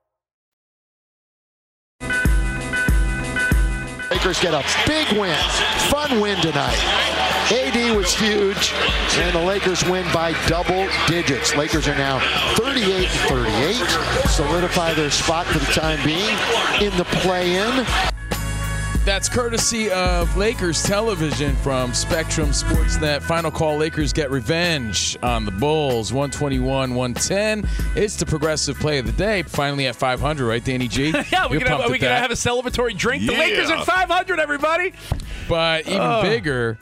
V: Lakers get a big win. Fun win tonight. AD was huge, and the Lakers win by double digits. Lakers are now 38 38, solidify their spot for the time being in the play in.
C: That's courtesy of Lakers television from Spectrum Sportsnet. Final call Lakers get revenge on the Bulls 121 110. It's the progressive play of the day. Finally at 500, right, Danny G?
B: Yeah, we
C: You're
B: can
C: pumped
B: have, we can
C: at that.
B: have a celebratory drink. The
C: Yeah.
B: Lakers at 500, everybody.
C: But even
B: Ugh.
C: bigger,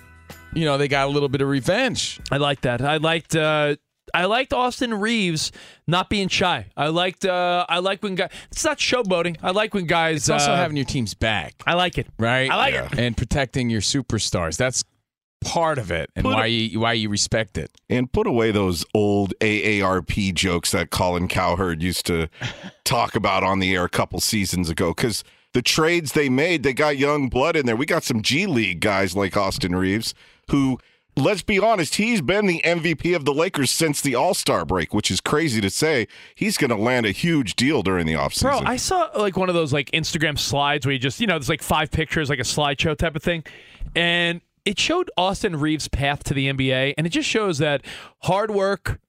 C: you know, they got a little bit of revenge.
B: I like that. I liked. Uh, I liked Austin Reeves not being shy. I liked. Uh, I like when guys. It's not showboating. I like when guys.
C: It's also
B: uh,
C: having your team's back.
B: I like it.
C: Right?
B: I like it.
C: And protecting your superstars. That's part of it and
A: Put
C: why you why you respect it.
A: And put away those old AARP jokes that Colin Cowherd used to talk about on the air a couple seasons ago. Because the trades they made, they got young blood in there. We got some G League guys like Austin Reeves, who, let's be honest, he's been the MVP of the Lakers since the All Star break, which is crazy to say. He's going to land a huge deal during the offseason.
B: Bro, I saw like one of those like Instagram slides where you just you know there's like five pictures, like a slideshow type of thing, and it showed Austin Reeves' path to the NBA, and it just shows that hard work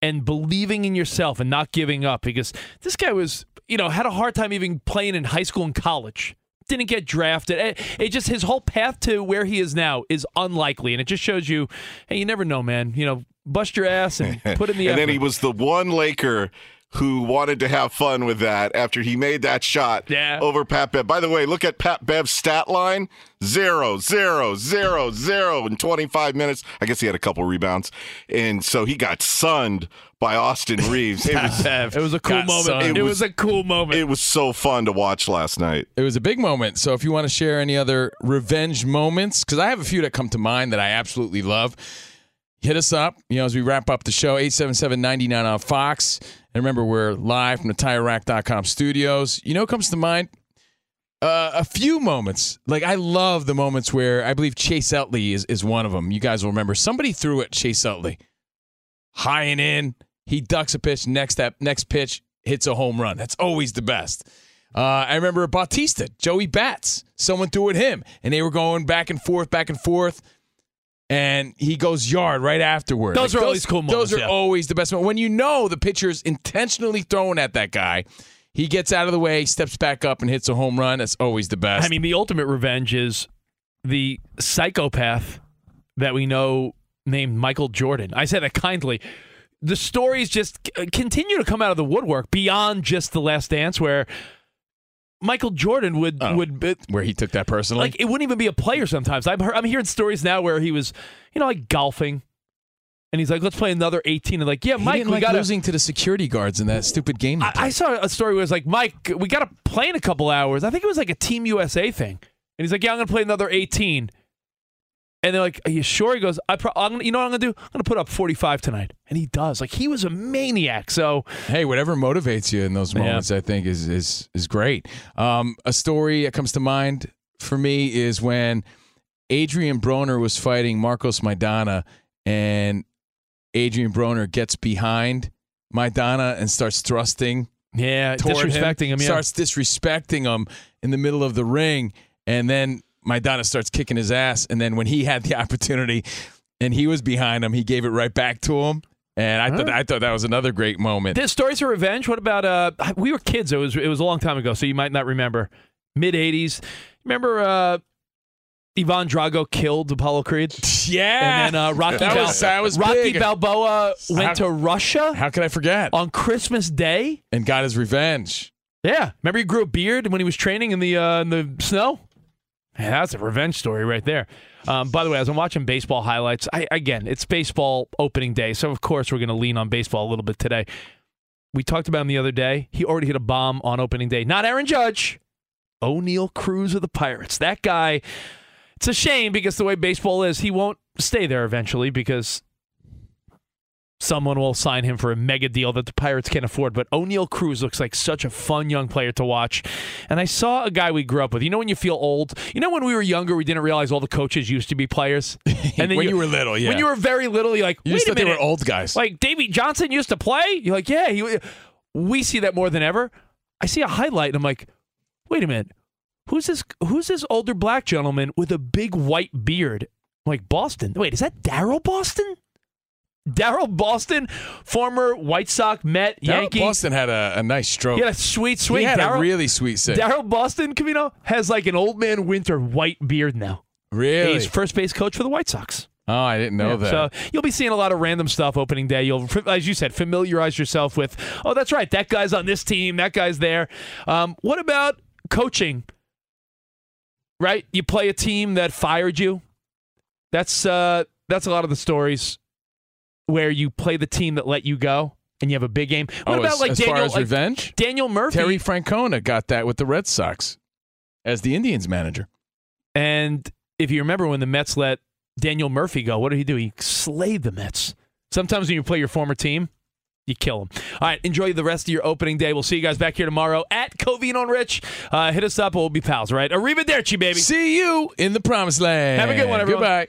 B: and believing in yourself and not giving up because this guy was you know had a hard time even playing in high school and college. Didn't get drafted. It, it just his whole path to where he is now is unlikely, and it just shows you, hey, you never know, man. You know, bust your ass and put in the
A: and
B: effort.
A: then he was the one Laker who wanted to have fun with that after he made that shot over Pat Bev. By the way, look at Pat Bev's stat line zero, zero, zero, zero in 25 minutes. I guess he had a couple rebounds. And so he got sunned by Austin Reeves.
B: Pat Bev It was a cool got moment. sunned. It was a cool moment.
A: It was so fun to watch last night.
C: It was a big moment. So if you want to share any other revenge moments, because I have a few that come to mind that I absolutely love, hit us up. You know, as we wrap up the show, 877-99 on Fox. And remember, we're live from the TireRack.com studios. You know, what comes to mind uh, a few moments. Like I love the moments where I believe Chase Utley is is one of them. You guys will remember somebody threw at Chase Utley high and in. He ducks a pitch. Next that next pitch hits a home run. That's always the best. Uh, I remember Bautista, Joey Bats. Someone threw at him, and they were going back and forth, back and forth. And he goes yard right afterward.
B: Those are always cool moments,
C: Those are
B: yeah.
C: always the best moments. When you know the pitcher's intentionally throwing at that guy, he gets out of the way, steps back up, and hits a home run. That's always the best.
B: I mean, the ultimate revenge is the psychopath that we know named Michael Jordan. I say that kindly. The stories just c- uh, continue to come out of the woodwork beyond just The Last Dance, where Michael Jordan would would it-
C: Oh. where he took that personally.
B: like it wouldn't even be a player. Sometimes I'm heard, I'm hearing stories now where he was, you know, like golfing, and he's like, "Let's play another 18." And like, yeah,
C: He
B: Mike,
C: didn't
B: we
C: like
B: got
C: losing to the security guards in that stupid game.
B: I, I saw a story where it was like, Mike, we got to play in a couple hours. I think it was like a Team USA thing. And he's like, yeah, I'm going to play another 18. And they're like, are you sure? He goes, I pro- I'm gonna, you know what I'm going to do? I'm going to put up 45 tonight. And he does. Like, he was a maniac. So,
C: hey, whatever motivates you in those moments, I think is is is great. Um, a story that comes to mind for me is when Adrian Broner was fighting Marcos Maidana, and Adrian Broner gets behind Maidana and starts thrusting.
B: Yeah,
C: toward
B: disrespecting him, yeah.
C: Starts disrespecting him in the middle of the ring, and then Maidana starts kicking his ass. And then when he had the opportunity, and he was behind him, he gave it right back to him. And I thought
B: Huh?
C: I thought that was another great moment.
B: Did stories of revenge? What about uh? We were kids. It was it was a long time ago, so you might not remember. Mid '80s. Remember uh, Ivan Drago killed Apollo Creed.
C: Yeah.
B: and then uh, Rocky.
C: That
B: Bal-
C: was- that was
B: Rocky
C: big.
B: Balboa went
C: How-
B: to Russia.
C: How could I forget?
B: on Christmas Day.
C: And got his revenge.
B: Yeah, remember he grew a beard when he was training in the uh, in the snow. Man, that's a revenge story right there. Um, by the way, as I'm watching baseball highlights, I again, it's baseball opening day, so of course we're going to lean on baseball a little bit today. We talked about him the other day. He already hit a bomb on opening day. Not Aaron Judge, O'Neill Cruz of the Pirates. That guy. It's a shame because the way baseball is, he won't stay there eventually because someone will sign him for a mega deal that the Pirates can't afford. But O'Neill Cruz looks like such a fun young player to watch. And I saw a guy we grew up with. You know when you feel old? You know when we were younger, we didn't realize all the coaches used to be players? And
C: When you were little, yeah.
B: When you were very little, you're like,
C: You
B: wait
C: just
B: a
C: thought they
B: minute.
C: were old guys.
B: Like Davey Johnson used to play? You're like, yeah. He, we see that more than ever. I see a highlight and I'm like, wait a minute. Who's this who's this older black gentleman with a big white beard? I'm like Boston. Wait, is that Daryl Boston? Daryl Boston, former White Sox, Met,
C: Darryl
B: Yankee.
C: Boston had a, a nice stroke.
B: He had a sweet swing.
C: He had
B: Darryl-
C: a really sweet save.
B: Daryl Boston, Camino, has like an old man winter white beard now.
C: Really?
B: He's first base coach for the White Sox.
C: oh, I didn't know
B: Yeah,
C: that.
B: So you'll be seeing a lot of random stuff opening day. You'll, as you said, familiarize yourself with. Oh, that's right. That guy's on this team. That guy's there. Um, what about coaching? Right, you play a team that fired you. That's uh, that's a lot of the stories where you play the team that let you go, and you have a big game. What
C: Oh,
B: about
C: as,
B: like
C: as
B: Daniel?
C: far as
B: like,
C: revenge?
B: Daniel Murphy
C: Terry Francona got that with the Red Sox as the Indians manager.
B: And if you remember when the Mets let Daniel Murphy go, what did he do? He slayed the Mets. Sometimes when you play your former team, you kill them. All right, enjoy the rest of your opening day. We'll see you guys back here tomorrow at Covino and Rich. Uh, hit us up. We'll be pals, all right? Arrivederci, baby.
C: See you in the promised land.
B: Have a good one, everyone.
C: Goodbye.